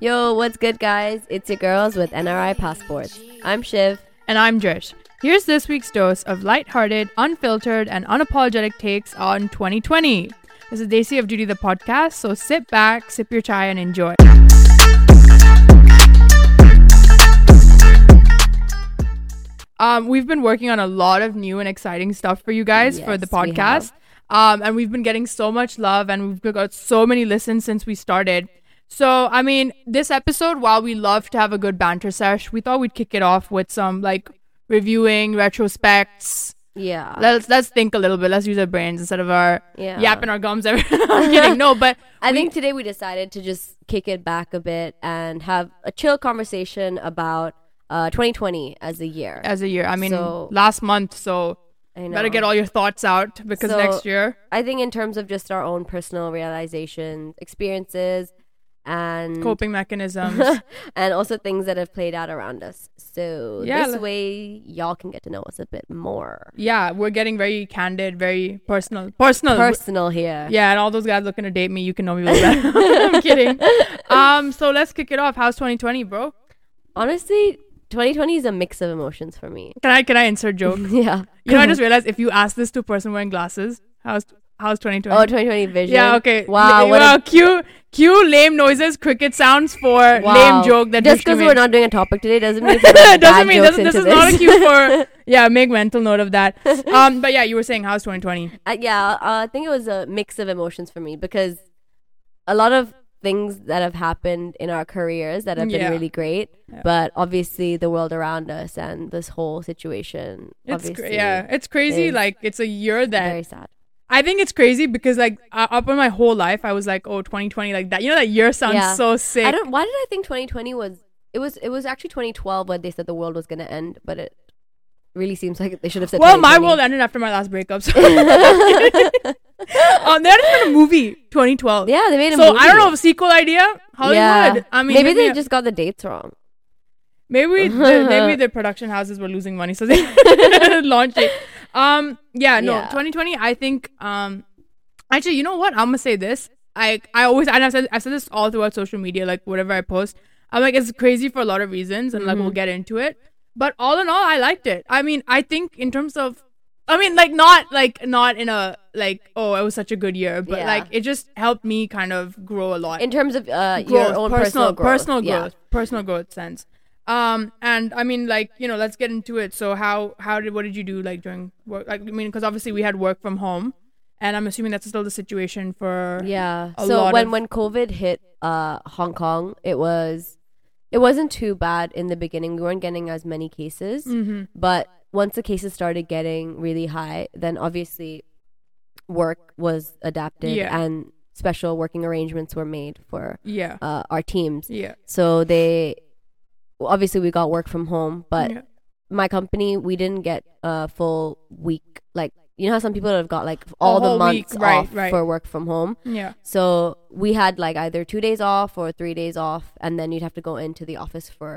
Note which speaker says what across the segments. Speaker 1: Yo, what's good, guys? It's your girls with NRI passports. I'm Shiv.
Speaker 2: And I'm Drish. Here's this week's dose of lighthearted, unfiltered, and unapologetic takes on 2020. This is Daisy of Duty, the podcast, so sit back, sip your chai, and enjoy. Um, we've been working on a lot of new and exciting stuff for you guys for the
Speaker 1: Yes, we have.
Speaker 2: podcast. Um, and we've been getting so much love, and we've got so many listens since we started. So, I mean, this episode, while we love to have a good banter sesh, we thought we'd kick it off with some like reviewing, retrospects,
Speaker 1: Yeah.
Speaker 2: let's let's think a little bit. Let's use our brains instead of our
Speaker 1: Yeah.
Speaker 2: yapping our gums. I'm kidding. No, but
Speaker 1: I think today we decided to just kick it back a bit and have a chill conversation about uh, 2020 as a year.
Speaker 2: as a year, I mean,
Speaker 1: So-
Speaker 2: last month. So
Speaker 1: I know.
Speaker 2: better get all your thoughts out because
Speaker 1: So-
Speaker 2: next year,
Speaker 1: I think in terms of just our own personal realizations, experiences, and
Speaker 2: coping mechanisms.
Speaker 1: and also things that have played out around us. So
Speaker 2: Yeah,
Speaker 1: this
Speaker 2: le-
Speaker 1: way, y'all can get to know us a bit more.
Speaker 2: yeah, we're getting very candid, very personal,
Speaker 1: Oh,
Speaker 2: personal.
Speaker 1: Personal here.
Speaker 2: yeah, and all those guys looking to date me, you can know me. Well better. I'm kidding. Um, so let's kick it off. How's 2020, bro?
Speaker 1: Honestly, 2020 is a mix of emotions for me.
Speaker 2: Can I can I insert joke?
Speaker 1: Yeah.
Speaker 2: You know, I just realized if you ask this to a person wearing glasses, how's how's 2020?
Speaker 1: Oh, 2020 vision.
Speaker 2: Yeah, okay.
Speaker 1: Wow.
Speaker 2: Yeah,
Speaker 1: what a-
Speaker 2: wow, cue cue lame noises, cricket sounds for
Speaker 1: wow.
Speaker 2: lame joke that
Speaker 1: just
Speaker 2: because
Speaker 1: because we're not doing a topic today doesn't mean that
Speaker 2: doesn't mean this, this is not a cue for yeah. Make mental note of that. Um, but yeah, you were saying how's 2020?
Speaker 1: uh, yeah, uh, I think it was a mix of emotions for me because a lot of things that have happened in our careers that have been
Speaker 2: Yeah.
Speaker 1: really great, but obviously the world around us and this whole situation.
Speaker 2: It's
Speaker 1: obviously
Speaker 2: cra- yeah, it's crazy.
Speaker 1: is
Speaker 2: Like it's a year that
Speaker 1: very sad.
Speaker 2: I think it's crazy because like uh, up in my whole life I was like oh 2020 like that. You know that year sounds
Speaker 1: Yeah.
Speaker 2: so sick.
Speaker 1: I don't. Why did I think 2020 was? It was. It was actually 2012 when they said the world was going to end, but it really seems like they should have said.
Speaker 2: well, my
Speaker 1: 2020.
Speaker 2: world ended after my last breakup. So um, there has been a movie 2012.
Speaker 1: Yeah, they made a
Speaker 2: So
Speaker 1: movie.
Speaker 2: I don't know if sequel idea Hollywood.
Speaker 1: Yeah.
Speaker 2: I mean
Speaker 1: maybe
Speaker 2: hit me
Speaker 1: they
Speaker 2: up.
Speaker 1: just got the dates wrong.
Speaker 2: Maybe the, maybe the production houses were losing money, so they launched it. Um, yeah, no,
Speaker 1: Yeah.
Speaker 2: 2020. I think. Um, actually, you know what? I'm gonna say this. I I always and I've said I've said this all throughout social media, like whatever I post. I'm like it's crazy for a lot of reasons, and like
Speaker 1: Mm-hmm.
Speaker 2: we'll get into it. But all in all, I liked it. I mean, I think in terms of, I mean, like not like not in a like oh it was such a good year, but
Speaker 1: Yeah.
Speaker 2: like it just helped me kind of grow a lot
Speaker 1: In terms of uh,
Speaker 2: growth,
Speaker 1: your own personal, growth.
Speaker 2: personal
Speaker 1: Yeah.
Speaker 2: growth, personal growth sense. Um, and I mean, like you know, let's get into it. So how how did what did you do like during work? Like I mean, because obviously we had work from home, and I'm assuming that's still the situation for
Speaker 1: Yeah.
Speaker 2: a
Speaker 1: so
Speaker 2: lot
Speaker 1: when
Speaker 2: of-
Speaker 1: when COVID hit uh, Hong Kong, it was it wasn't too bad in the beginning. We weren't getting as many cases,
Speaker 2: Mm-hmm.
Speaker 1: but once the cases started getting really high, then obviously work was adapted
Speaker 2: Yeah.
Speaker 1: and special working arrangements were made for
Speaker 2: yeah
Speaker 1: uh, our teams.
Speaker 2: yeah
Speaker 1: So they well, obviously we got work from home, but
Speaker 2: yeah.
Speaker 1: my company we didn't get a full week like you know how some people have got like all the
Speaker 2: whole week,
Speaker 1: months
Speaker 2: right,
Speaker 1: off
Speaker 2: right.
Speaker 1: for work from home
Speaker 2: yeah.
Speaker 1: so we had like either two days off or three days off, and then you'd have to go into the office for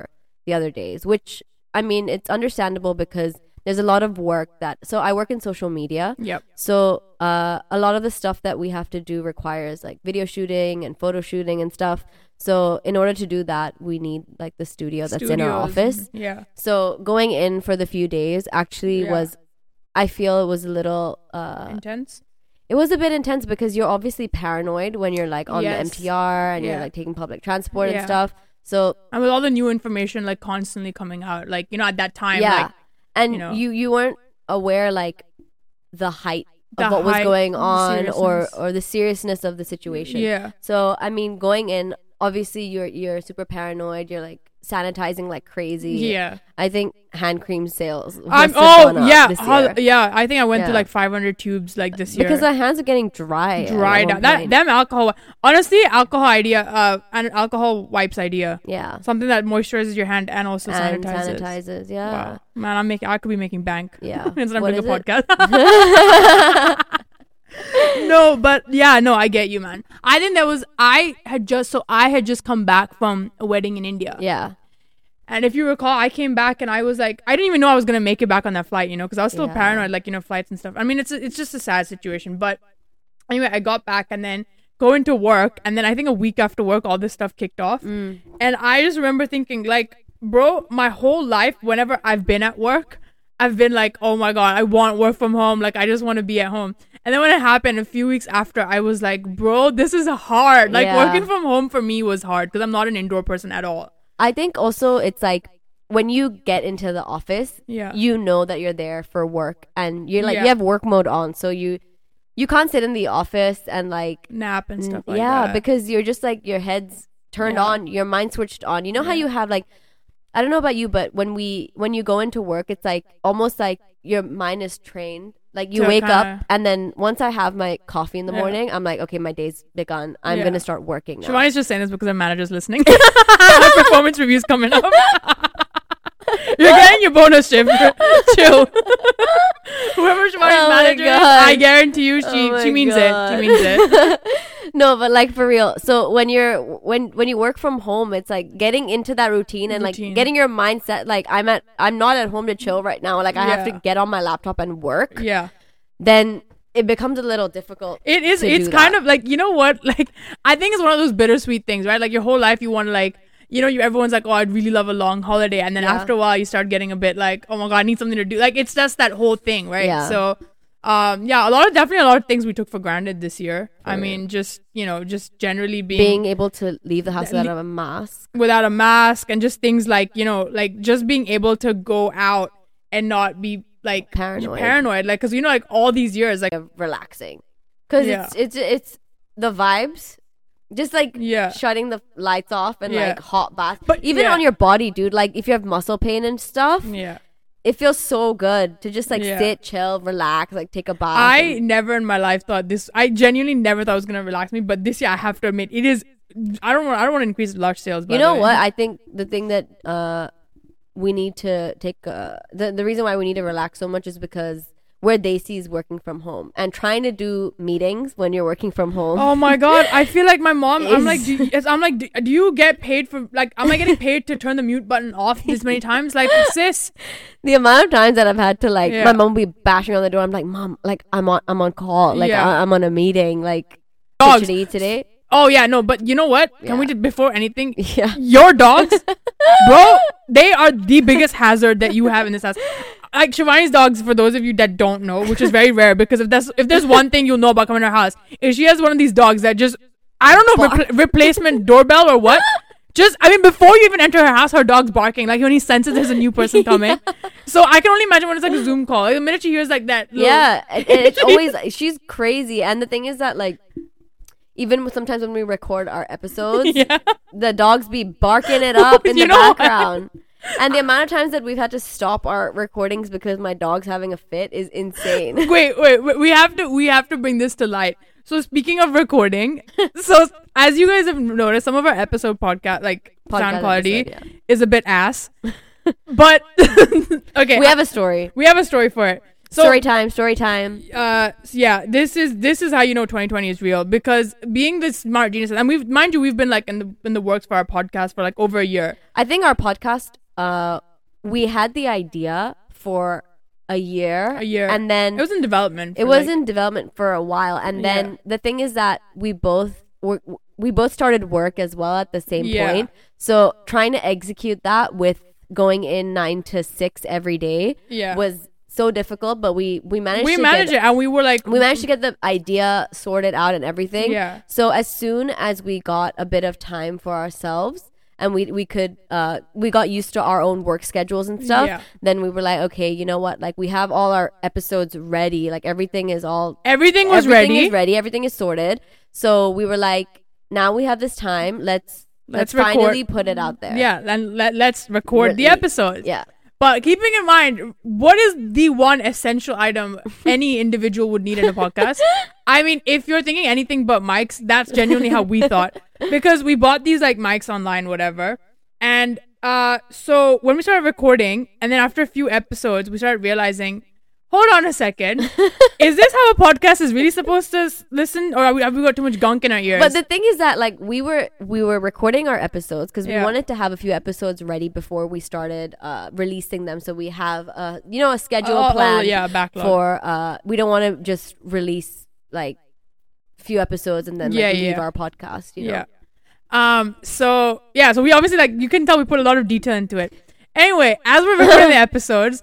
Speaker 1: the other days, which I mean, it's understandable because there's a lot of work that. So I work in social media.
Speaker 2: Yep.
Speaker 1: So uh, a lot of the stuff that we have to do requires like video shooting and photo shooting and stuff. So in order to do that, we need like the studio that's in our
Speaker 2: Studios and-
Speaker 1: office.
Speaker 2: Yeah.
Speaker 1: So going in for the few days actually
Speaker 2: Yeah.
Speaker 1: was, I feel it was a little uh,
Speaker 2: Intense.
Speaker 1: it was a bit intense because you're obviously paranoid when you're like on
Speaker 2: Yes.
Speaker 1: the MTR and you're
Speaker 2: Yeah.
Speaker 1: like taking public transport and
Speaker 2: Yeah.
Speaker 1: stuff. So
Speaker 2: And with all the new information like constantly coming out, like you know at that time,
Speaker 1: yeah,
Speaker 2: like
Speaker 1: and
Speaker 2: you know.
Speaker 1: you you weren't aware like the height
Speaker 2: The
Speaker 1: of what
Speaker 2: height,
Speaker 1: was going
Speaker 2: the
Speaker 1: on or
Speaker 2: seriousness.
Speaker 1: or the seriousness of the situation.
Speaker 2: yeah,
Speaker 1: So I mean, going in, obviously you're you're super paranoid. You're like sanitizing like crazy.
Speaker 2: yeah.
Speaker 1: I think hand cream sales.
Speaker 2: I'm,
Speaker 1: must have gone
Speaker 2: oh
Speaker 1: up
Speaker 2: yeah,
Speaker 1: this
Speaker 2: hol-
Speaker 1: year.
Speaker 2: yeah. I think I went
Speaker 1: Yeah.
Speaker 2: through like 500 tubes like this year
Speaker 1: because our hands are getting dry. at
Speaker 2: dried
Speaker 1: one
Speaker 2: out. That
Speaker 1: point.
Speaker 2: them alcohol. Honestly, alcohol idea. Uh, and alcohol wipes idea.
Speaker 1: yeah,
Speaker 2: Something that moisturizes your hand and also
Speaker 1: and
Speaker 2: sanitizes.
Speaker 1: sanitizes. Yeah.
Speaker 2: Wow, man, I'm making. I could be making bank.
Speaker 1: Yeah.
Speaker 2: instead of
Speaker 1: What
Speaker 2: doing a
Speaker 1: is it?
Speaker 2: podcast. no, but yeah, no, I get you, man. I think there was. I had just so I had just come back from a wedding in India,
Speaker 1: Yeah.
Speaker 2: and if you recall, I came back and I was like, I didn't even know I was gonna make it back on that flight, you know, because I was still
Speaker 1: Yeah.
Speaker 2: paranoid, like you know, flights and stuff. I mean, it's it's just a sad situation, but anyway, I got back and then go into work, and then I think a week after work, all this stuff kicked off.
Speaker 1: Mm.
Speaker 2: And I just remember thinking, like, bro, my whole life, whenever I've been at work, I've been like, oh my God, I want work from home. Like, I just want to be at home. And then when it happened a few weeks after, I was like, bro, this is hard. Like,
Speaker 1: Yeah.
Speaker 2: working from home for me was hard because I'm not an indoor person at all.
Speaker 1: I think also it's like when you get into the office,
Speaker 2: Yeah.
Speaker 1: you know that you're there for work and you're like
Speaker 2: Yeah.
Speaker 1: you have work mode on, so you you can't sit in the office and like
Speaker 2: Nap and stuff like
Speaker 1: yeah,
Speaker 2: that.
Speaker 1: because you're just like your head's turned
Speaker 2: Yeah.
Speaker 1: on, your mind switched on. You know how you have like I don't know about you, but when we when you go into work, it's like almost like your mind is trained. Like you
Speaker 2: To
Speaker 1: wake up
Speaker 2: kinda-
Speaker 1: and then once I have my coffee in the
Speaker 2: Yeah.
Speaker 1: morning, I'm like, okay, my day's begun. I'm
Speaker 2: Yeah.
Speaker 1: gonna start working now.
Speaker 2: Shivani's just saying this because our manager's listening. Our performance review's coming up. You're getting your bonus shift. Chill. Whoever Shivani's
Speaker 1: Oh my
Speaker 2: manager is,
Speaker 1: God.
Speaker 2: I guarantee you she,
Speaker 1: Oh my
Speaker 2: she means
Speaker 1: God.
Speaker 2: it. She means it.
Speaker 1: no, but like for real. So when you're when when you work from home, it's like getting into that routine and like
Speaker 2: Routine.
Speaker 1: getting your mindset like I'm at I'm not at home to chill right now. Like I have to
Speaker 2: Yeah.
Speaker 1: get on my laptop and work.
Speaker 2: Yeah.
Speaker 1: Then it becomes a little difficult.
Speaker 2: It is
Speaker 1: to
Speaker 2: it's
Speaker 1: do
Speaker 2: kind
Speaker 1: that.
Speaker 2: of like you know what? Like I think it's one of those bittersweet things, right? Like your whole life you want to like you know, you everyone's like, Oh, I'd really love a long holiday and then
Speaker 1: Yeah.
Speaker 2: after a while you start getting a bit like, Oh my god, I need something to do. Like it's just that whole thing, right?
Speaker 1: Yeah.
Speaker 2: So um yeah, a lot of definitely a lot of things we took for granted this year. I mean, just you know, just generally
Speaker 1: being able to leave the house
Speaker 2: Le-
Speaker 1: without a mask.
Speaker 2: without a mask and just things like you know like just being able to go out and not be like
Speaker 1: Paranoid.
Speaker 2: paranoid like because you know like all these years like
Speaker 1: of relaxing because
Speaker 2: Yeah.
Speaker 1: it's it's it's the vibes just like
Speaker 2: Yeah.
Speaker 1: shutting the lights off and
Speaker 2: Yeah.
Speaker 1: like hot bath but
Speaker 2: But-
Speaker 1: even
Speaker 2: yeah.
Speaker 1: on your body dude like if you have muscle pain and stuff
Speaker 2: yeah
Speaker 1: it feels so good to just like
Speaker 2: Yeah.
Speaker 1: sit chill relax like take a bath
Speaker 2: i
Speaker 1: and-
Speaker 2: never in my life thought this i genuinely never thought it was gonna relax me but this year i have to admit it is i don't want i don't want to increase large sales by
Speaker 1: you know
Speaker 2: the
Speaker 1: what
Speaker 2: way.
Speaker 1: i think the thing that uh we need to take uh, the, the reason why we need to relax so much is because where they see is working from home and trying to do meetings when you're working from home
Speaker 2: Oh my god! I feel like my mom.
Speaker 1: Is-
Speaker 2: I'm like, do you, yes, I'm like, do, do you get paid for like? Am I getting paid to turn the mute button off this many times? Like, sis,
Speaker 1: the amount of times that I've had to like
Speaker 2: Yeah.
Speaker 1: my mom would be bashing on the door. I'm like, mom, like I'm on I'm on call, like
Speaker 2: Yeah.
Speaker 1: I- I'm on a meeting, like what
Speaker 2: dogs.
Speaker 1: should I eat today?
Speaker 2: Oh yeah, no, but you know what? Can we
Speaker 1: Yeah.
Speaker 2: just before anything?
Speaker 1: Yeah.
Speaker 2: Your dogs, bro, they are the biggest hazard that you have in this house. Like Shivani's dogs, for those of you that don't know, which is very rare, because if that's if there's one thing you'll know about coming to her house, is she has one of these dogs that just I don't know repl- replacement doorbell or what. Just I mean, before you even enter her house, her dog's barking like when he senses there's a new person coming. So I can only imagine when it's like a Zoom call. Like, the minute she hears like that, little-
Speaker 1: Yeah, and, and it's always she's crazy. And the thing is that like even with- sometimes when we record our episodes,
Speaker 2: yeah,
Speaker 1: the dogs be barking it up in
Speaker 2: You
Speaker 1: the
Speaker 2: know what?
Speaker 1: background. And the amount of times that we've had to stop our recordings because my dog's having a fit is insane.
Speaker 2: wait, wait, wait, we have to we have to bring this to light. So speaking of recording, so as you guys have noticed, some of our episode podcast like
Speaker 1: Podcast
Speaker 2: sound quality
Speaker 1: episode, yeah.
Speaker 2: is a bit ass. but okay,
Speaker 1: we have a story.
Speaker 2: we have a story for it. So
Speaker 1: story time, story time.
Speaker 2: uh, so yeah, this is this is how you know 2020 is real because being the smart genius, and we've mind you, we've been like in the in the works for our podcast for like over a year.
Speaker 1: I think our podcast, uh, we had the idea for a year,
Speaker 2: A year.
Speaker 1: and then
Speaker 2: It was in development.
Speaker 1: it
Speaker 2: for,
Speaker 1: was
Speaker 2: like-
Speaker 1: in development for a while, and then
Speaker 2: Yeah.
Speaker 1: the thing is that we both were we both started work as well at the same
Speaker 2: Yeah.
Speaker 1: point. So trying to execute that with going in nine to six every day
Speaker 2: Yeah.
Speaker 1: was so difficult, but we we managed
Speaker 2: we
Speaker 1: to
Speaker 2: managed
Speaker 1: get,
Speaker 2: it, and we were like,
Speaker 1: we managed to get the idea sorted out and everything.
Speaker 2: Yeah.
Speaker 1: So as soon as we got a bit of time for ourselves and we we could uh we got used to our own work schedules and stuff,
Speaker 2: Yeah.
Speaker 1: then we were like, okay, you know what? Like we have all our episodes ready. Like everything is all
Speaker 2: everything was
Speaker 1: everything
Speaker 2: ready.
Speaker 1: is ready, everything is sorted. So we were like, now we have this time. Let's let's,
Speaker 2: Let's record-
Speaker 1: finally put it out there.
Speaker 2: Yeah, then let, let's record the
Speaker 1: Really-
Speaker 2: episode.
Speaker 1: Yeah.
Speaker 2: But keeping in mind, what is the one essential item any individual would need in a podcast? I mean, if you're thinking anything but mics, that's genuinely how we thought because we bought these like mics online, whatever. And uh, so when we started recording, and then after a few episodes, we started realizing, hold on a second, is this how a podcast is really supposed to s- listen, or are we, have we got too much gunk in our ears?
Speaker 1: But the thing is that like we were we were recording our episodes because we
Speaker 2: Yeah.
Speaker 1: wanted to have a few episodes ready before we started uh, releasing them, so we have a you know a schedule
Speaker 2: Oh, oh,
Speaker 1: plan
Speaker 2: yeah, backlog.
Speaker 1: for uh, we don't want to just release like few episodes and then like,
Speaker 2: Yeah,
Speaker 1: leave
Speaker 2: yeah.
Speaker 1: our podcast. You know?
Speaker 2: Yeah. Um. So yeah. So we obviously like you can tell we put a lot of detail into it. Anyway, as we're recording the episodes,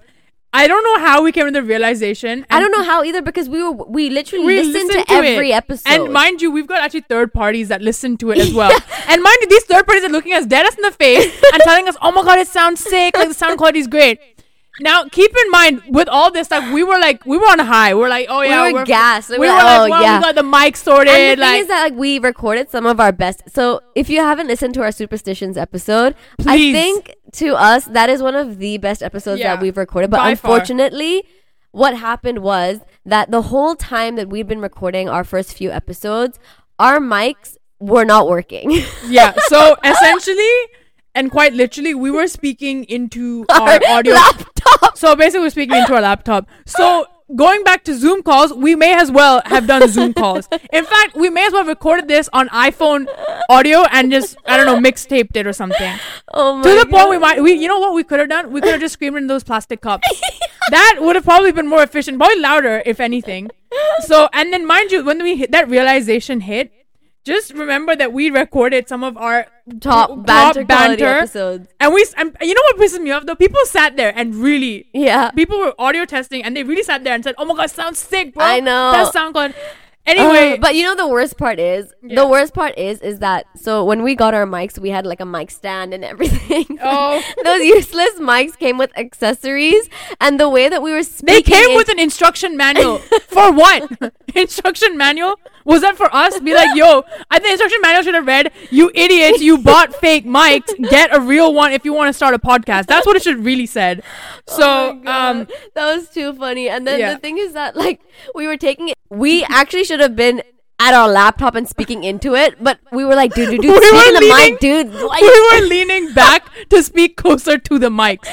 Speaker 2: I don't know how we came to the realization.
Speaker 1: I
Speaker 2: and
Speaker 1: don't know how either because we were we literally
Speaker 2: We
Speaker 1: listened
Speaker 2: listened
Speaker 1: to,
Speaker 2: to it.
Speaker 1: every episode.
Speaker 2: And mind you, we've got actually third parties that listen to it as well. and mind you, these third parties are looking us dead ass in the face and telling us, "Oh my god, it sounds sick! Like the sound quality is great." Now, keep in mind, with all this stuff, we were like, we were on high. We were like, oh yeah,
Speaker 1: were
Speaker 2: we're-
Speaker 1: gassed. We
Speaker 2: We
Speaker 1: were
Speaker 2: were
Speaker 1: like,
Speaker 2: like,
Speaker 1: oh,
Speaker 2: wow,
Speaker 1: yeah.
Speaker 2: we got the mic sorted.
Speaker 1: And the
Speaker 2: like,
Speaker 1: thing is that like we recorded some of our best. So if you haven't listened to our superstitions episode, I
Speaker 2: Please.
Speaker 1: think to us that is one of the best episodes
Speaker 2: Yeah.
Speaker 1: that we've recorded. But
Speaker 2: By far.
Speaker 1: unfortunately, what happened was that the whole time that we've been recording our first few episodes, our mics were not working.
Speaker 2: yeah so essentially and quite literally we were speaking into our audio
Speaker 1: laptop.
Speaker 2: so basically we're speaking into our laptop so going back to zoom calls we may as well have done zoom calls in fact we may as well have recorded this on iphone audio and just i don't know mixtaped it or something
Speaker 1: Oh my
Speaker 2: to the point
Speaker 1: God.
Speaker 2: we might we you know what we could have done we could have just screamed in those plastic cups that would have probably been more efficient probably louder if anything so and then mind you when we hit that realization hit just remember that we recorded some of our
Speaker 1: top banter, quality episodes.
Speaker 2: and we s- and you know what pisses me off though people sat there and really
Speaker 1: Yeah.
Speaker 2: people were audio testing and they really sat there and said oh my god sounds sick bro
Speaker 1: I know.
Speaker 2: that sound good anyway
Speaker 1: Uh, but you know the worst part is the
Speaker 2: Yeah.
Speaker 1: worst part is is that so when we got our mics we had like a mic stand and everything.
Speaker 2: Oh.
Speaker 1: those useless mics came with accessories and the way that we were
Speaker 2: They
Speaker 1: speaking
Speaker 2: came
Speaker 1: it- Oh
Speaker 2: with an instruction manual. for what? instruction manual? Was that for us? Be like, yo, I think instruction manual should have read, you idiots, you bought fake mics, get a real one if you want to start a podcast. That's what it should really said.
Speaker 1: Oh
Speaker 2: So, um,
Speaker 1: that was too funny. And then
Speaker 2: Yeah.
Speaker 1: the thing is that like we were taking it we actually should have been at our laptop and speaking into it, but we were like, dude, dude, dude,
Speaker 2: We
Speaker 1: speak
Speaker 2: were
Speaker 1: in the
Speaker 2: leaning-
Speaker 1: mic, dude. Why-
Speaker 2: we were leaning back to speak closer to the mics.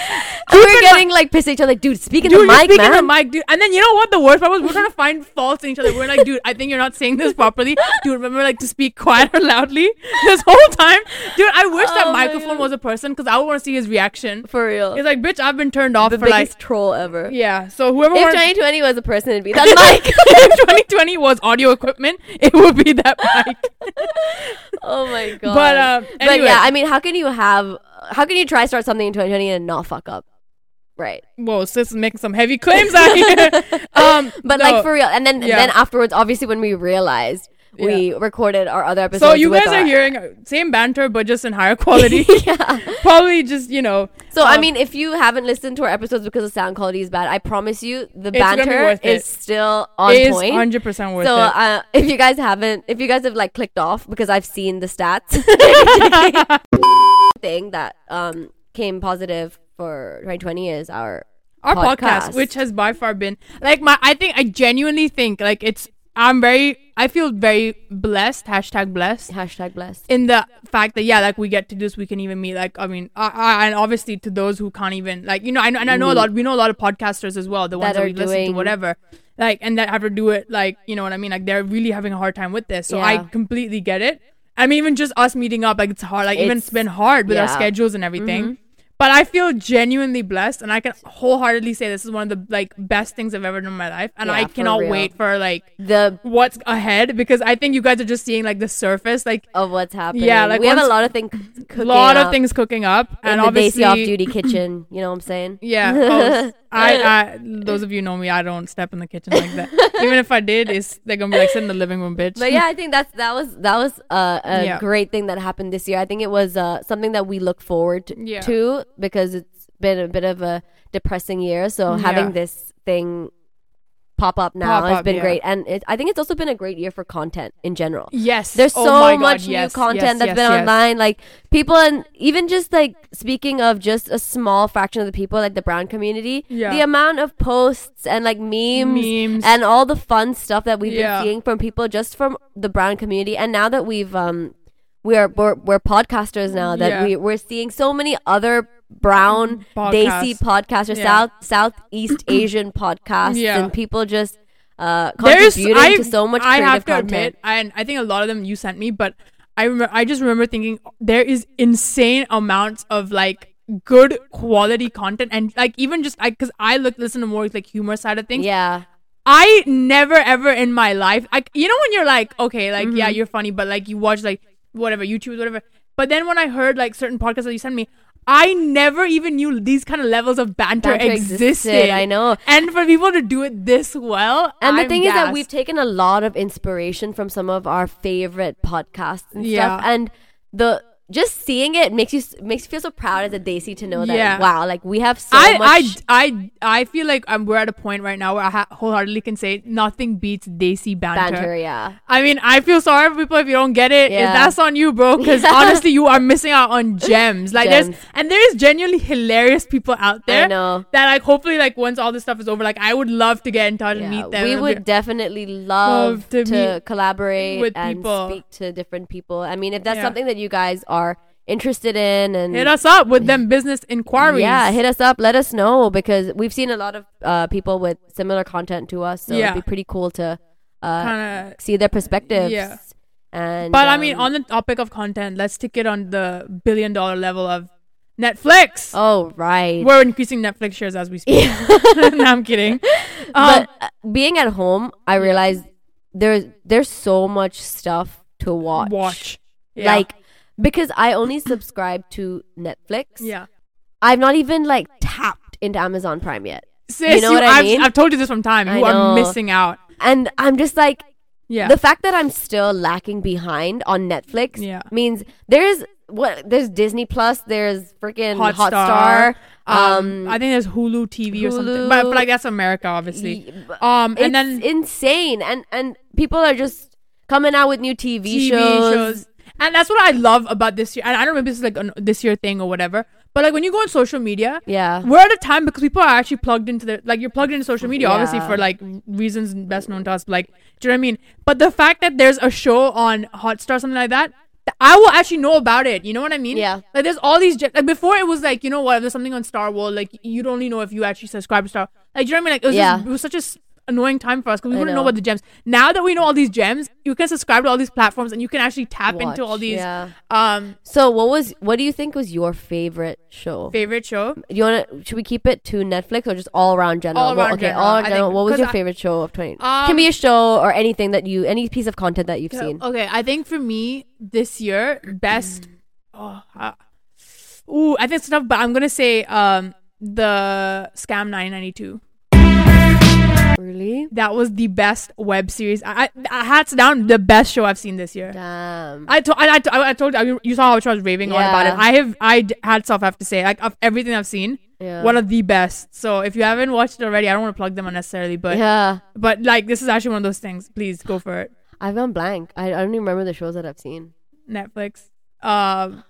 Speaker 1: we
Speaker 2: in
Speaker 1: were
Speaker 2: mi-
Speaker 1: getting like pissed at each other, like, dude, speak in
Speaker 2: Dude,
Speaker 1: the
Speaker 2: you're
Speaker 1: mic,
Speaker 2: speaking
Speaker 1: man.
Speaker 2: the mic, dude. And then you know what? The worst part was we we're trying to find faults in each other. We We're like, dude, I think you're not saying this properly. Dude, remember like to speak quiet or loudly this whole time. Dude, I wish
Speaker 1: Oh
Speaker 2: that
Speaker 1: my God.
Speaker 2: microphone was a person because I would want to see his reaction.
Speaker 1: For real.
Speaker 2: He's like, bitch, I've been turned off
Speaker 1: the
Speaker 2: for like,
Speaker 1: biggest troll ever.
Speaker 2: yeah. So whoever
Speaker 1: If
Speaker 2: wants.
Speaker 1: 2020 was a person, it'd be that
Speaker 2: Like
Speaker 1: mic.
Speaker 2: if 2020 was audio equipment, it would be that mic.
Speaker 1: Oh my god.
Speaker 2: But um,
Speaker 1: But
Speaker 2: anyway,
Speaker 1: yeah, I mean, how can you have? How can you try start something in 2020 and not fuck up? Right.
Speaker 2: whoa, sis is making some heavy claims out here. um,
Speaker 1: But
Speaker 2: no.
Speaker 1: like for real, and then
Speaker 2: Yeah.
Speaker 1: then afterwards, obviously, when we realized, we recorded our other episodes.
Speaker 2: so you
Speaker 1: with
Speaker 2: guys
Speaker 1: our-
Speaker 2: are hearing uh, same banter, but just in higher quality.
Speaker 1: yeah.
Speaker 2: Probably just you know.
Speaker 1: So I
Speaker 2: um,
Speaker 1: mean, if you haven't listened to our episodes because the sound quality is bad, I promise you the
Speaker 2: gonna be
Speaker 1: banter
Speaker 2: worth
Speaker 1: is
Speaker 2: it.
Speaker 1: still on
Speaker 2: it is
Speaker 1: point.
Speaker 2: hundred percent worth
Speaker 1: so
Speaker 2: it.
Speaker 1: uh, if you guys haven't, if you guys have like clicked off because I've seen the stats thing that um came positive for 2020 is our
Speaker 2: Our podcast.
Speaker 1: podcast.
Speaker 2: which has by far been like my, I think I genuinely think like it's. I'm very. I feel very blessed. Hashtag blessed
Speaker 1: hashtag blessed.
Speaker 2: in the fact that yeah, like we get to do this. We can even meet. Like I mean, I, I, and obviously to those who can't even like you know. I know, and I know a lot. We know a lot of podcasters as well. The ones
Speaker 1: That
Speaker 2: that,
Speaker 1: are
Speaker 2: we listen to,
Speaker 1: doing-
Speaker 2: whatever. Like and that have to do it. Like you know what I mean. Like they're really having a hard time with this. So I
Speaker 1: Yeah.
Speaker 2: completely get it. I mean, even just us meeting up, like it's hard. Like even
Speaker 1: It's-
Speaker 2: it's been hard with our
Speaker 1: yeah. Mm-hmm.
Speaker 2: schedules and everything. But I feel genuinely blessed, and I can wholeheartedly say this is one of the like best things I've ever done in my life, and
Speaker 1: Yeah,
Speaker 2: I
Speaker 1: for
Speaker 2: cannot
Speaker 1: real.
Speaker 2: wait for like
Speaker 1: The
Speaker 2: what's ahead because I think you guys are just seeing like the surface, like
Speaker 1: of what's happening.
Speaker 2: Yeah, like
Speaker 1: we have a
Speaker 2: once-
Speaker 1: lot of things.
Speaker 2: a lot of things cooking up,
Speaker 1: in
Speaker 2: and
Speaker 1: the
Speaker 2: obviously,
Speaker 1: Daisy off duty kitchen. You know what I'm saying?
Speaker 2: yeah. oh, s- I, I, those of you know me, I don't step in the kitchen like that. Even if I did, it's they're gonna be like sit in the living room, bitch.
Speaker 1: But yeah, I think that's that was that was uh, a
Speaker 2: Yeah.
Speaker 1: great thing that happened this year. I think it was uh, something that we look forward to,
Speaker 2: Yeah.
Speaker 1: to because it's been a bit of a depressing year. So having
Speaker 2: Yeah.
Speaker 1: this thing pop up now
Speaker 2: Pop
Speaker 1: has
Speaker 2: up,
Speaker 1: been
Speaker 2: yeah.
Speaker 1: great, and it, I think it's also been a great year for content in general.
Speaker 2: yes,
Speaker 1: There's
Speaker 2: Oh
Speaker 1: so
Speaker 2: my God,
Speaker 1: much new
Speaker 2: yes,
Speaker 1: content
Speaker 2: yes,
Speaker 1: that's
Speaker 2: yes,
Speaker 1: been
Speaker 2: yes.
Speaker 1: online. Like people, and even just like speaking of just a small fraction of the people, like the brown community,
Speaker 2: Yeah.
Speaker 1: the amount of posts and like memes,
Speaker 2: Memes.
Speaker 1: and all the fun stuff that we've
Speaker 2: Yeah.
Speaker 1: been seeing from people just from the brown community. And now that we've um, we are we're, we're podcasters now that
Speaker 2: Yeah.
Speaker 1: we we're seeing so many other brown Desi
Speaker 2: Podcasts.
Speaker 1: podcasters,
Speaker 2: Yeah.
Speaker 1: South Southeast Asian podcasts,
Speaker 2: Yeah.
Speaker 1: and people just. Uh, contributing to so much
Speaker 2: I
Speaker 1: creative
Speaker 2: have to
Speaker 1: content.
Speaker 2: admit, and I think a lot of them you sent me, but I remember, I just remember thinking there is insane amounts of like good quality content, and like even just like because I look listen to more like humor side of things.
Speaker 1: yeah,
Speaker 2: I never ever in my life, like you know when you're like, okay, like
Speaker 1: Mm-hmm.
Speaker 2: yeah, you're funny, but like you watch like whatever YouTube, whatever. But then when I heard like certain podcasts that you sent me, I never even knew these kind of levels of banter,
Speaker 1: Banter
Speaker 2: existed.
Speaker 1: I know.
Speaker 2: And for people to do it this well,
Speaker 1: And the
Speaker 2: I'm
Speaker 1: thing is that
Speaker 2: gassed.
Speaker 1: we've taken a lot of inspiration from some of our favorite podcasts and
Speaker 2: Yeah.
Speaker 1: stuff. And the just seeing it makes you s- makes you feel so proud as a Desi to know that
Speaker 2: Yeah.
Speaker 1: wow, like we have so much.
Speaker 2: I, I, I, I feel like I'm, we're at a point right now where I ha- wholeheartedly can say nothing beats Desi banter.
Speaker 1: banter. Yeah,
Speaker 2: I mean, I feel sorry for people if you don't get it.
Speaker 1: Yeah.
Speaker 2: That's on you, bro. Because honestly, you are missing out on gems. Like
Speaker 1: Gems.
Speaker 2: there's and there is genuinely hilarious people out there.
Speaker 1: know.
Speaker 2: That like hopefully like once all this stuff is over, like I would love to get in touch
Speaker 1: yeah.
Speaker 2: and meet them.
Speaker 1: we
Speaker 2: and be-
Speaker 1: would definitely love
Speaker 2: Love to
Speaker 1: to,
Speaker 2: meet
Speaker 1: collaborate
Speaker 2: with
Speaker 1: and
Speaker 2: people.
Speaker 1: speak to different people. I mean, if that's
Speaker 2: Yeah.
Speaker 1: something that you guys are interested in, and
Speaker 2: hit us up with them business inquiries.
Speaker 1: Yeah, hit us up. Let us know because we've seen a lot of uh, people with similar content to us. So
Speaker 2: Yeah.
Speaker 1: it'd be pretty cool to uh,
Speaker 2: Kinda-
Speaker 1: see their perspectives.
Speaker 2: Yeah.
Speaker 1: And
Speaker 2: But I mean,
Speaker 1: um,
Speaker 2: on the topic of content, let's stick it on the billion dollar level of Netflix.
Speaker 1: oh right.
Speaker 2: We're increasing Netflix shares as we speak. no, I'm kidding. Um,
Speaker 1: but uh, being at home, I realized there's there's so much stuff to watch.
Speaker 2: watch. Yeah.
Speaker 1: Like because I only subscribe to Netflix.
Speaker 2: yeah.
Speaker 1: I've not even like tapped into Amazon Prime yet,
Speaker 2: Sis, you
Speaker 1: know what I
Speaker 2: have
Speaker 1: mean?
Speaker 2: I've told you this from time.
Speaker 1: I
Speaker 2: You
Speaker 1: know.
Speaker 2: are missing out.
Speaker 1: and I'm just like
Speaker 2: Yeah.
Speaker 1: the fact that I'm still lacking behind on Netflix
Speaker 2: Yeah.
Speaker 1: means there's what there's Disney Plus, there's freaking Hotstar.
Speaker 2: Um,
Speaker 1: um,
Speaker 2: I think there's Hulu TV or something.
Speaker 1: Hulu.
Speaker 2: But, but like that's America, obviously.
Speaker 1: y- b-
Speaker 2: Um,
Speaker 1: it's
Speaker 2: and then
Speaker 1: insane, and and people are just coming out with new TV,
Speaker 2: TV
Speaker 1: shows.
Speaker 2: shows. And that's what I love about this year. And I don't know if this is like an, this year thing or whatever. But like when you go on social media,
Speaker 1: Yeah,
Speaker 2: we're at a time because people are actually plugged into their like you're plugged into social media obviously
Speaker 1: Yeah.
Speaker 2: for like reasons best known to us like do you know what i mean but the fact that there's a show on hotstar something like that th- i will actually know about it you know what i mean
Speaker 1: Yeah.
Speaker 2: like there's all these gen- like before it was like you know what if there's something on star world like you'd only know if you actually subscribe to star like do you know what i mean like it was,
Speaker 1: Yeah.
Speaker 2: just, it was such a s- annoying time for us because we
Speaker 1: I
Speaker 2: wouldn't know.
Speaker 1: know.
Speaker 2: about the gems now that we know all these gems you can subscribe to all these platforms and you can actually tap
Speaker 1: Watch,
Speaker 2: into all these
Speaker 1: yeah.
Speaker 2: um
Speaker 1: So what was what do you think was your favorite show?
Speaker 2: favorite show
Speaker 1: do you want to? Should we keep it to Netflix or just all around general?
Speaker 2: All
Speaker 1: Well,
Speaker 2: around
Speaker 1: okay,
Speaker 2: general,
Speaker 1: all
Speaker 2: I
Speaker 1: around general.
Speaker 2: think-
Speaker 1: what was
Speaker 2: 'cause
Speaker 1: your
Speaker 2: I-
Speaker 1: favorite show of twenty?
Speaker 2: Um,
Speaker 1: can be a show or anything that you, any piece of content that you've
Speaker 2: So,
Speaker 1: seen.
Speaker 2: Okay, I think for me this year, best. oh, uh, ooh, I think it's tough, but I'm gonna say um the Scam 992. Uh,
Speaker 1: Really?
Speaker 2: That was the best web series. I, I, I hats down the best show I've seen this year.
Speaker 1: Damn.
Speaker 2: I, to, I, I, to- I told you, you saw how much I was raving on about it.
Speaker 1: Yeah.
Speaker 2: I have, I d- hats off, I have to say, like of everything I've seen,
Speaker 1: Yeah.
Speaker 2: one of the best. So if you haven't watched it already, I don't want to plug them unnecessarily, but
Speaker 1: yeah.
Speaker 2: but like this is actually one of those things. Please go for it.
Speaker 1: I've gone blank. I, I don't even remember the shows that I've seen.
Speaker 2: Netflix. Um,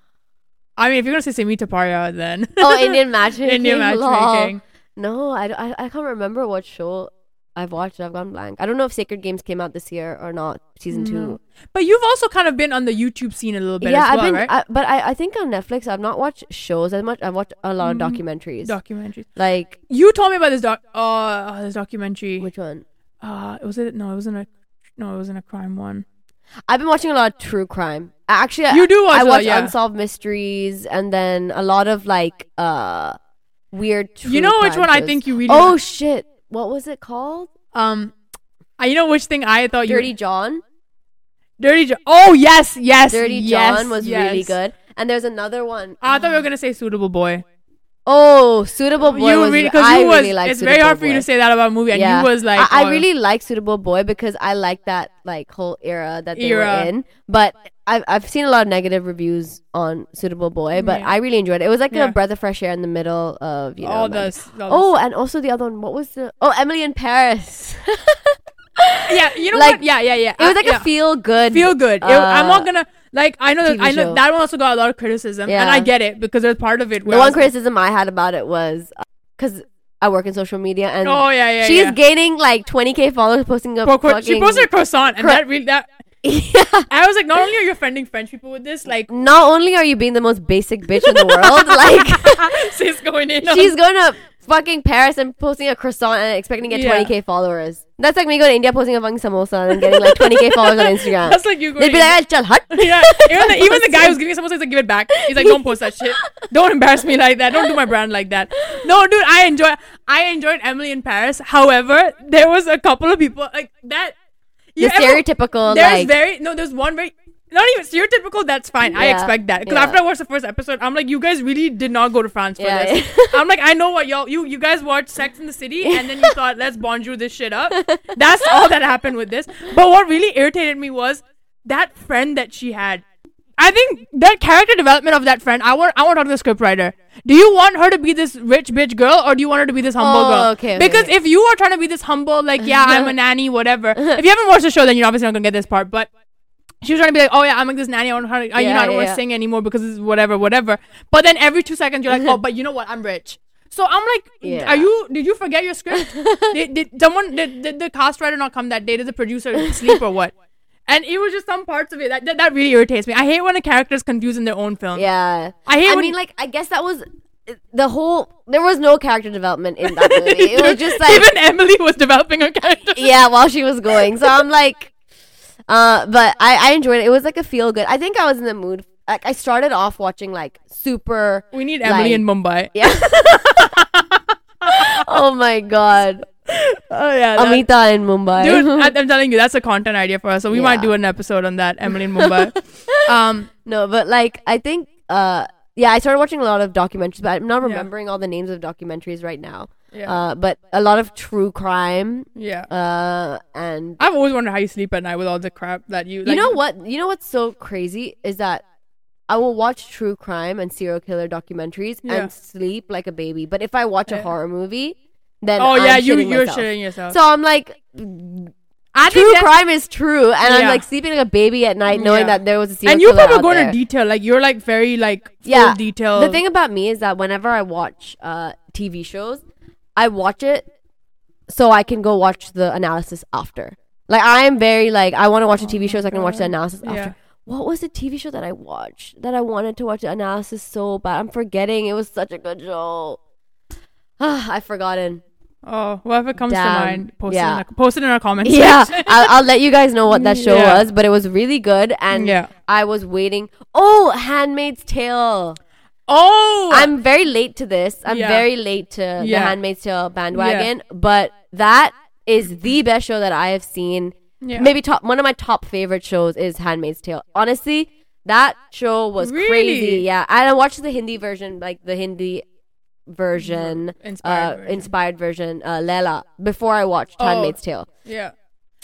Speaker 2: I mean, if you're gonna say Simi Taparia, then
Speaker 1: Oh, Indian matchmaking.
Speaker 2: Indian
Speaker 1: lol.
Speaker 2: matchmaking.
Speaker 1: No, I, d- I- I can't remember what show I've watched. I've gone blank. I don't know if Sacred Games came out this year or not, season two.
Speaker 2: But you've also kind of been on the YouTube scene a little bit
Speaker 1: yeah,
Speaker 2: as well,
Speaker 1: I've been.
Speaker 2: right?
Speaker 1: I, but I, I think on Netflix, I've not watched shows as much. I've watched a lot of documentaries.
Speaker 2: Documentaries.
Speaker 1: like
Speaker 2: You told me about this doc. Uh, this documentary.
Speaker 1: which one?
Speaker 2: Uh, was it? No, it wasn't a. No, it wasn't a crime one.
Speaker 1: I've been watching a lot of true crime. I- Actually, I-
Speaker 2: You do watch
Speaker 1: I
Speaker 2: a lot,
Speaker 1: watch
Speaker 2: yeah.
Speaker 1: unsolved mysteries, and then a lot of like uh weird. True
Speaker 2: You know which
Speaker 1: crime
Speaker 2: one I
Speaker 1: shows.
Speaker 2: think you really
Speaker 1: Oh shit! What was it called?
Speaker 2: Um, I, you know which thing I thought
Speaker 1: Dirty
Speaker 2: Oh, you
Speaker 1: John.
Speaker 2: dirty John. Oh yes, yes,
Speaker 1: Dirty
Speaker 2: yes,
Speaker 1: John was
Speaker 2: yes.
Speaker 1: really good. And there's another one.
Speaker 2: I thought we were gonna say suitable boy.
Speaker 1: Oh, Suitable Boy.
Speaker 2: you
Speaker 1: was,
Speaker 2: really
Speaker 1: I
Speaker 2: because you was.
Speaker 1: really like
Speaker 2: it's very hard for you to say that about a movie, and you was like,
Speaker 1: I, I
Speaker 2: oh,
Speaker 1: really like Suitable Boy because I like that like whole era that they
Speaker 2: Era.
Speaker 1: were in. But I've I've seen a lot of negative reviews on Suitable Boy, but
Speaker 2: Yeah.
Speaker 1: I really enjoyed it. It was like
Speaker 2: Mm. Yeah.
Speaker 1: a breath of fresh air in the middle of you know.
Speaker 2: all
Speaker 1: man-
Speaker 2: this. all this-
Speaker 1: Oh, and also the other one. What was the? Oh, Emily in Paris.
Speaker 2: yeah, you know
Speaker 1: Like,
Speaker 2: what? Yeah, yeah, yeah.
Speaker 1: it was like
Speaker 2: Uh, yeah.
Speaker 1: a feel good.
Speaker 2: feel good. It- I'm
Speaker 1: uh,
Speaker 2: not gonna like. I know that.
Speaker 1: TV
Speaker 2: I know
Speaker 1: show.
Speaker 2: that one also got a lot of criticism, and
Speaker 1: Yeah.
Speaker 2: I get it because there's part of it. Where
Speaker 1: the
Speaker 2: I
Speaker 1: one
Speaker 2: was like,
Speaker 1: criticism I had about it was because I work in social media and
Speaker 2: Oh yeah, yeah.
Speaker 1: she's
Speaker 2: yeah.
Speaker 1: gaining like 20k followers posting a
Speaker 2: Pro- cro-
Speaker 1: fucking
Speaker 2: she posted a croissant, and
Speaker 1: cro-
Speaker 2: that really that.
Speaker 1: yeah.
Speaker 2: I was like, not only are you offending French people with this, like,
Speaker 1: Not only are you being the most basic bitch in the world, like
Speaker 2: sis going in. on-
Speaker 1: she's going to fucking Paris and posting a croissant and expecting to get
Speaker 2: Yeah.
Speaker 1: 20k followers. That's like me going to India posting a fucking samosa and getting like 20k followers on Instagram.
Speaker 2: That's like you going.
Speaker 1: They'd be like, "Chal hut."
Speaker 2: yeah, even the, even the guy who's giving someone says like give it back. He's like, don't post that shit. Don't embarrass me like that. Don't do my brand like that. No, dude, I enjoy I enjoyed Emily in Paris. However, there was a couple of people like that.
Speaker 1: The
Speaker 2: You ever-
Speaker 1: stereotypical
Speaker 2: There's
Speaker 1: like
Speaker 2: very no. There's one very not even stereotypical. That's fine. I
Speaker 1: Yeah,
Speaker 2: expect that because
Speaker 1: yeah.
Speaker 2: after I watched the first episode, I'm like, you guys really did not go to France for
Speaker 1: Yeah,
Speaker 2: this.
Speaker 1: yeah.
Speaker 2: I'm like, I know what y'all you you guys watched Sex in the City and then you thought let's bonjour this shit up. That's all that happened with this. But what really irritated me was that friend that she had. I think that character development of that friend. I want I want her to be the scriptwriter. Do you want her to be this rich bitch girl or do you want her to be this humble
Speaker 1: Oh,
Speaker 2: girl?
Speaker 1: okay, okay,
Speaker 2: Because
Speaker 1: okay.
Speaker 2: if you are trying to be this humble, like, yeah, I'm a nanny, whatever. If you haven't watched the show, then you're obviously not gonna get this part. But she was trying to be like, oh yeah, I'm like this nanny. I don't, I,
Speaker 1: Yeah,
Speaker 2: you know, I don't
Speaker 1: yeah,
Speaker 2: want to
Speaker 1: yeah.
Speaker 2: sing anymore because it's whatever, whatever. But then every two seconds you're like, oh, but you know what? I'm rich. So I'm like,
Speaker 1: Yeah.
Speaker 2: are you? Did you forget your script? did, did someone? Did, did the cast writer not come that day? Did the producer sleep or what? And it was just some parts of it that that, that really irritates me. I hate when a character is confused in their own film.
Speaker 1: yeah.
Speaker 2: I hate
Speaker 1: I
Speaker 2: when
Speaker 1: mean, like, I guess that was the whole. There was no character development in that movie. It was just like,
Speaker 2: even Emily was developing her character.
Speaker 1: yeah, while she was going. So I'm like, uh, but I, I enjoyed it. It was like a feel good. I think I was in the mood. Like, I started off watching like super.
Speaker 2: We need Emily
Speaker 1: Like-
Speaker 2: in Mumbai.
Speaker 1: Yeah. oh my god,
Speaker 2: Oh yeah, that-
Speaker 1: Amita in Mumbai.
Speaker 2: dude I, i'm telling you that's a content idea for us so we might
Speaker 1: Yeah.
Speaker 2: do an episode on that emily in mumbai um
Speaker 1: no, but like, I think, uh, yeah, I started watching a lot of documentaries, but I'm not remembering all the names of documentaries right now.
Speaker 2: yeah
Speaker 1: Uh, but a lot of true crime.
Speaker 2: yeah
Speaker 1: Uh, and
Speaker 2: i've always wondered how you sleep at night with all the crap that you like,
Speaker 1: you know what? You know what's so crazy is that I will watch true crime and serial killer documentaries
Speaker 2: Yeah.
Speaker 1: and sleep like a baby. But if I watch a
Speaker 2: Yeah.
Speaker 1: horror movie, then
Speaker 2: oh
Speaker 1: I'm
Speaker 2: yeah you
Speaker 1: shitting
Speaker 2: you're
Speaker 1: myself.
Speaker 2: shitting yourself
Speaker 1: So I'm like,
Speaker 2: i
Speaker 1: true
Speaker 2: that's-
Speaker 1: crime is true, and I'm
Speaker 2: Yeah.
Speaker 1: like sleeping like a baby at night, knowing
Speaker 2: Yeah.
Speaker 1: that there was a serial
Speaker 2: and you
Speaker 1: killer
Speaker 2: probably
Speaker 1: out
Speaker 2: go into
Speaker 1: there.
Speaker 2: detail like you're like very like full
Speaker 1: Yeah.
Speaker 2: detail
Speaker 1: The thing about me is that whenever I watch uh, TV shows, I watch it so I can go watch the analysis after. Like I am very like I want to watch a TV show so I can watch the analysis after.
Speaker 2: Uh-huh. Yeah.
Speaker 1: What was the TV show that I watched that I wanted to watch the analysis so bad? I'm forgetting. It was such a good show. Ah, I've forgotten.
Speaker 2: oh well if it comes
Speaker 1: Damn.
Speaker 2: to mind post,
Speaker 1: Yeah.
Speaker 2: it, in our, post it in our comments
Speaker 1: Yeah,
Speaker 2: section.
Speaker 1: I'll, I'll let you guys know what that show
Speaker 2: Yeah.
Speaker 1: was, but it was really good, and
Speaker 2: Yeah.
Speaker 1: I was waiting. Oh, Handmaid's Tale.
Speaker 2: oh
Speaker 1: I'm very late to this. I'm
Speaker 2: Yeah.
Speaker 1: very late to
Speaker 2: Yeah.
Speaker 1: the Handmaid's Tale bandwagon, but that is the best show that I have seen.
Speaker 2: Yeah.
Speaker 1: Maybe top one of my top favorite shows is Handmaid's Tale. Honestly, that show was
Speaker 2: Really?
Speaker 1: crazy. Yeah, and I watched the Hindi version, like the Hindi version,
Speaker 2: Inspired
Speaker 1: uh,
Speaker 2: version.
Speaker 1: inspired version, uh, Lela, before I watched
Speaker 2: Oh.
Speaker 1: Handmaid's Tale.
Speaker 2: yeah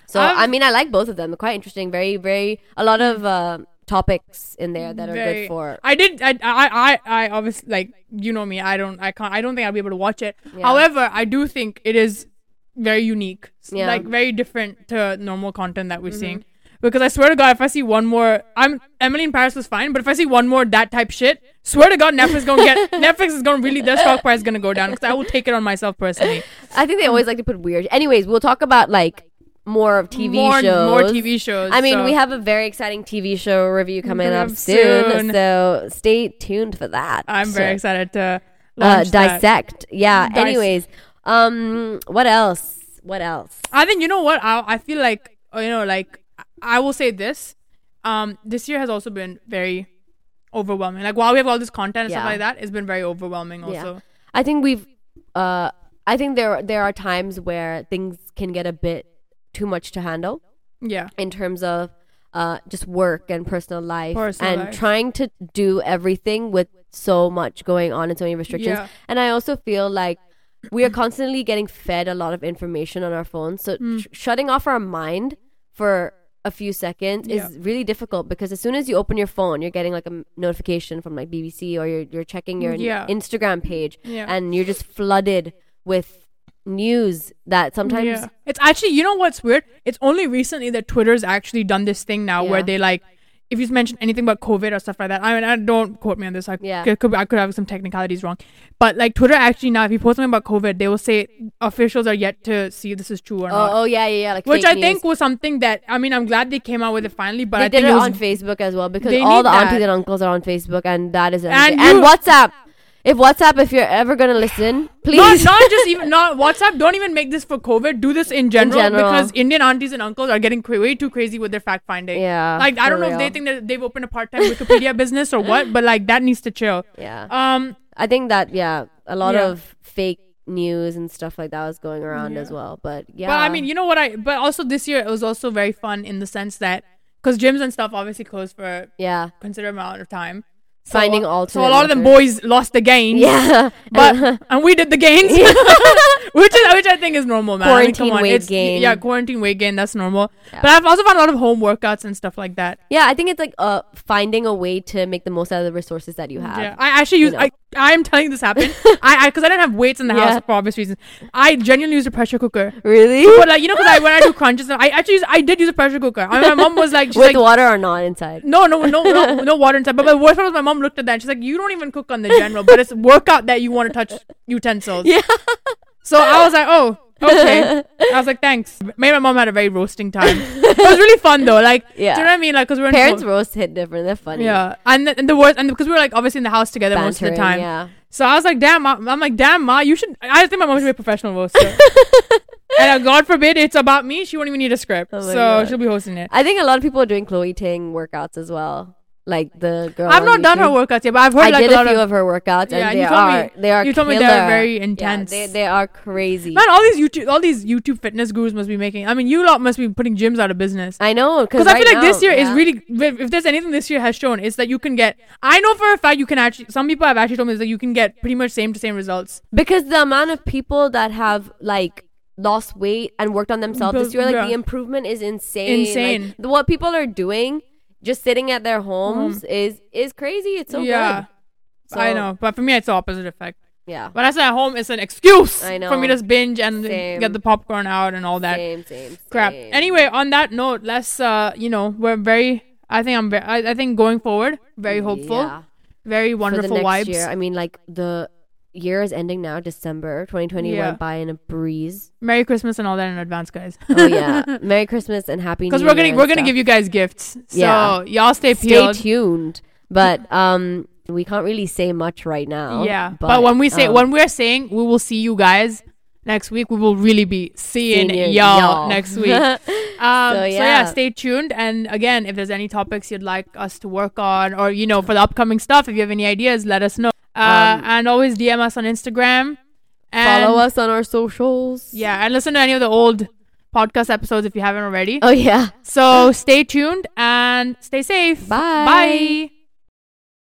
Speaker 1: So
Speaker 2: I've-
Speaker 1: i mean, I like both of them. They're quite interesting. Very, very a lot of uh, topics in there that are
Speaker 2: Very-
Speaker 1: good for.
Speaker 2: I did. I, I, I, I obviously like you know me. I don't. I can't. I don't think I'll be able to watch it.
Speaker 1: Yeah.
Speaker 2: However, I do think it is very unique. s-
Speaker 1: Yeah. Mm-hmm.
Speaker 2: Like very different to normal content that we're seeing. Because I swear to God, if I see one more, I'm Emily in Paris was fine, but if I see one more that type shit, swear to God, Netflix gonna get Netflix is gonna really their stock price is gonna go down because I will take it on myself personally.
Speaker 1: I think they always like to put weird. Anyways, we'll talk about like more of TV
Speaker 2: more,
Speaker 1: shows.
Speaker 2: more TV shows.
Speaker 1: I mean,
Speaker 2: so-
Speaker 1: we have a very exciting TV show review coming up
Speaker 2: Coming up
Speaker 1: soon,
Speaker 2: soon.
Speaker 1: so stay tuned for that.
Speaker 2: I'm very
Speaker 1: So,
Speaker 2: excited to
Speaker 1: uh,
Speaker 2: launch that.
Speaker 1: dissect. Yeah.
Speaker 2: Dis-
Speaker 1: anyways, um, what else? What else?
Speaker 2: I think you know what I I feel like uh, you know like I- I will say this. Um, this year has also been very overwhelming. Like while we have all this content and
Speaker 1: Yeah.
Speaker 2: stuff like that, it's been very overwhelming. Also,
Speaker 1: I think we've. Uh, I think there there are times where things can get a bit too much to handle.
Speaker 2: yeah,
Speaker 1: in terms of uh, just work and personal life
Speaker 2: Personal
Speaker 1: and
Speaker 2: life.
Speaker 1: trying to do everything with so much going on and so many restrictions.
Speaker 2: Yeah.
Speaker 1: And I also feel like we are constantly getting fed a lot of information on our phones. So
Speaker 2: Mm.
Speaker 1: sh- shutting off our mind for a few seconds
Speaker 2: Yeah.
Speaker 1: is really difficult because as soon as you open your phone, you're getting like a m- notification from like BBC or you're, you're checking your
Speaker 2: Yeah.
Speaker 1: Instagram page
Speaker 2: Yeah.
Speaker 1: and you're just flooded with news that sometimes
Speaker 2: yeah. It's actually you know what's weird? It's only recently that Twitter's actually done this thing now where
Speaker 1: Yeah.
Speaker 2: they like. If you mention anything about COVID or stuff like that, I mean, I don't quote me on this. I
Speaker 1: Yeah.
Speaker 2: could, could- I could have some technicalities wrong, but like Twitter actually now, if you post something about COVID, they will say officials are yet to see if this is true or not.
Speaker 1: Oh, oh yeah, yeah, yeah. Like
Speaker 2: which
Speaker 1: fake
Speaker 2: I
Speaker 1: news.
Speaker 2: think was something that I mean I'm glad they came out with it finally, but
Speaker 1: they
Speaker 2: I
Speaker 1: did
Speaker 2: think
Speaker 1: it,
Speaker 2: it was
Speaker 1: on Facebook as well because
Speaker 2: They
Speaker 1: all
Speaker 2: need
Speaker 1: the aunties
Speaker 2: that.
Speaker 1: and uncles are on Facebook, and that is
Speaker 2: And
Speaker 1: and,
Speaker 2: you-
Speaker 1: WhatsApp. If WhatsApp, if you're ever gonna listen,
Speaker 2: Not,
Speaker 1: please.
Speaker 2: not just even not WhatsApp. Don't even make this for COVID. Do this in general,
Speaker 1: general.
Speaker 2: because Indian aunties and uncles are getting cra- way too crazy with their fact finding.
Speaker 1: yeah.
Speaker 2: like I
Speaker 1: for
Speaker 2: don't know if
Speaker 1: real.
Speaker 2: they think that they've opened a part time Wikipedia business or what, but like that needs to chill.
Speaker 1: Yeah.
Speaker 2: Um,
Speaker 1: I think that yeah, a lot
Speaker 2: Yeah.
Speaker 1: of fake news and stuff like that was going around as well. But yeah.
Speaker 2: but I mean, you know what I? But also this year it was also very fun in the sense that because gyms and stuff obviously closed for a
Speaker 1: yeah.
Speaker 2: considerable amount of time. So,
Speaker 1: Finding
Speaker 2: So
Speaker 1: alternate
Speaker 2: a lot of them
Speaker 1: methods.
Speaker 2: boys lost the gains.
Speaker 1: Yeah. Oh.
Speaker 2: But and we did the gains, which is which I think is normal, man. I mean, come
Speaker 1: Quarantine
Speaker 2: on,
Speaker 1: weight
Speaker 2: it's-
Speaker 1: gain.
Speaker 2: Yeah, quarantine weight gain. That's normal. But I've also found a lot of home workouts and stuff like that.
Speaker 1: yeah, I think it's like uh finding a way to make the most out of the resources that you have.
Speaker 2: Yeah, I actually use.
Speaker 1: know.
Speaker 2: I I am telling you this happened. I because I, didn't have weights in the
Speaker 1: Yeah.
Speaker 2: house for obvious reasons. I genuinely used a pressure cooker.
Speaker 1: Really?
Speaker 2: But like you know, because I when I do crunches, I actually use, I did use a pressure cooker. I, my mom was like, she's
Speaker 1: With
Speaker 2: like,
Speaker 1: water or not inside.
Speaker 2: no, no, no, no, no water inside. But my worst part was my mom looked at that. And she's like, you don't even cook on the general, but it's workout that you want to touch utensils.
Speaker 1: Yeah.
Speaker 2: So I was like, oh, okay. I was like, thanks. Me and my mom had a very roasting time. It was really fun though. Like,
Speaker 1: Yeah.
Speaker 2: do you know what I mean? Like, because we're in
Speaker 1: Parents
Speaker 2: co-
Speaker 1: roast hit different. They're funny.
Speaker 2: yeah, and the, and the worst, and because we were like obviously in the house together most of the
Speaker 1: Bantering,
Speaker 2: time.
Speaker 1: Yeah.
Speaker 2: So I was like, damn, Ma. I'm like, damn, ma, you should. I think my mom should be a professional roaster. and uh, God forbid it's about me. She won't even need a script,
Speaker 1: Oh my
Speaker 2: so
Speaker 1: God.
Speaker 2: she'll be hosting it.
Speaker 1: I think a lot of people are doing Chloe Ting workouts as well. Like the girl.
Speaker 2: I've
Speaker 1: on
Speaker 2: not done her
Speaker 1: YouTube.
Speaker 2: workouts yet, but I've heard
Speaker 1: Oh, I
Speaker 2: like
Speaker 1: did
Speaker 2: a
Speaker 1: a,
Speaker 2: lot
Speaker 1: few
Speaker 2: of.
Speaker 1: of her workouts,
Speaker 2: Yeah,
Speaker 1: and
Speaker 2: and
Speaker 1: they
Speaker 2: you told me-
Speaker 1: are they are
Speaker 2: you told me they are
Speaker 1: killer.
Speaker 2: very
Speaker 1: Yeah,
Speaker 2: intense.
Speaker 1: they they are crazy.
Speaker 2: Man, all these YouTube, all these YouTube fitness gurus must be making. I mean, you lot must be putting gyms out of business.
Speaker 1: I know
Speaker 2: Because
Speaker 1: because
Speaker 2: I feel like this year is really, if if there's anything this year has shown, is that you can get. I know for a fact you can actually. Some people have actually told me that you can get pretty much same to same results.
Speaker 1: because the amount of people that have like lost weight and worked on themselves
Speaker 2: Bu-
Speaker 1: this year, like
Speaker 2: yeah.
Speaker 1: the improvement is insane. Like,
Speaker 2: Insane.
Speaker 1: the- what people are doing, just sitting at their homes, is is crazy. It's so
Speaker 2: Mm-hmm. yeah,
Speaker 1: good.
Speaker 2: I
Speaker 1: So,
Speaker 2: know. But for me, it's the opposite effect.
Speaker 1: Yeah.
Speaker 2: When I say at home, it's an excuse
Speaker 1: I
Speaker 2: for me
Speaker 1: know.
Speaker 2: to binge and
Speaker 1: Same.
Speaker 2: get the popcorn out and all that
Speaker 1: Same, same, same.
Speaker 2: crap. Anyway, on that note, let's uh, you know, we're very. I think I'm. Very, I, I think going forward, very hopeful,
Speaker 1: Yeah.
Speaker 2: very
Speaker 1: For the
Speaker 2: wonderful
Speaker 1: next
Speaker 2: vibes.
Speaker 1: year, I mean, like the year is ending now. December 2020
Speaker 2: Yeah.
Speaker 1: went by in a breeze.
Speaker 2: Merry Christmas and all that in advance, guys.
Speaker 1: Oh yeah. Merry Christmas and happy.
Speaker 2: Because
Speaker 1: New
Speaker 2: we're gonna
Speaker 1: Year
Speaker 2: we're
Speaker 1: and
Speaker 2: gonna
Speaker 1: stuff.
Speaker 2: give you guys gifts. So
Speaker 1: Yeah.
Speaker 2: y'all stay
Speaker 1: stay
Speaker 2: peeled.
Speaker 1: tuned. But um, we can't really say much right now.
Speaker 2: yeah. Oh, But, when we say
Speaker 1: um,
Speaker 2: when we're saying we will see you guys next week, we will really be seeing
Speaker 1: Seeing
Speaker 2: y'all,
Speaker 1: you- y'all.
Speaker 2: next week. um, so, yeah.
Speaker 1: yeah.
Speaker 2: stay tuned. And again, if there's any topics you'd like us to work on, or you know, for the upcoming stuff, if you have any ideas, let us know. Uh,
Speaker 1: Um,
Speaker 2: and always DM us on Instagram. And,
Speaker 1: follow us on our socials.
Speaker 2: Yeah, and listen to any of the old podcast episodes
Speaker 1: Uh,
Speaker 2: if you haven't already.
Speaker 1: Oh yeah.
Speaker 2: So stay tuned and stay safe.
Speaker 1: Bye.
Speaker 2: Bye.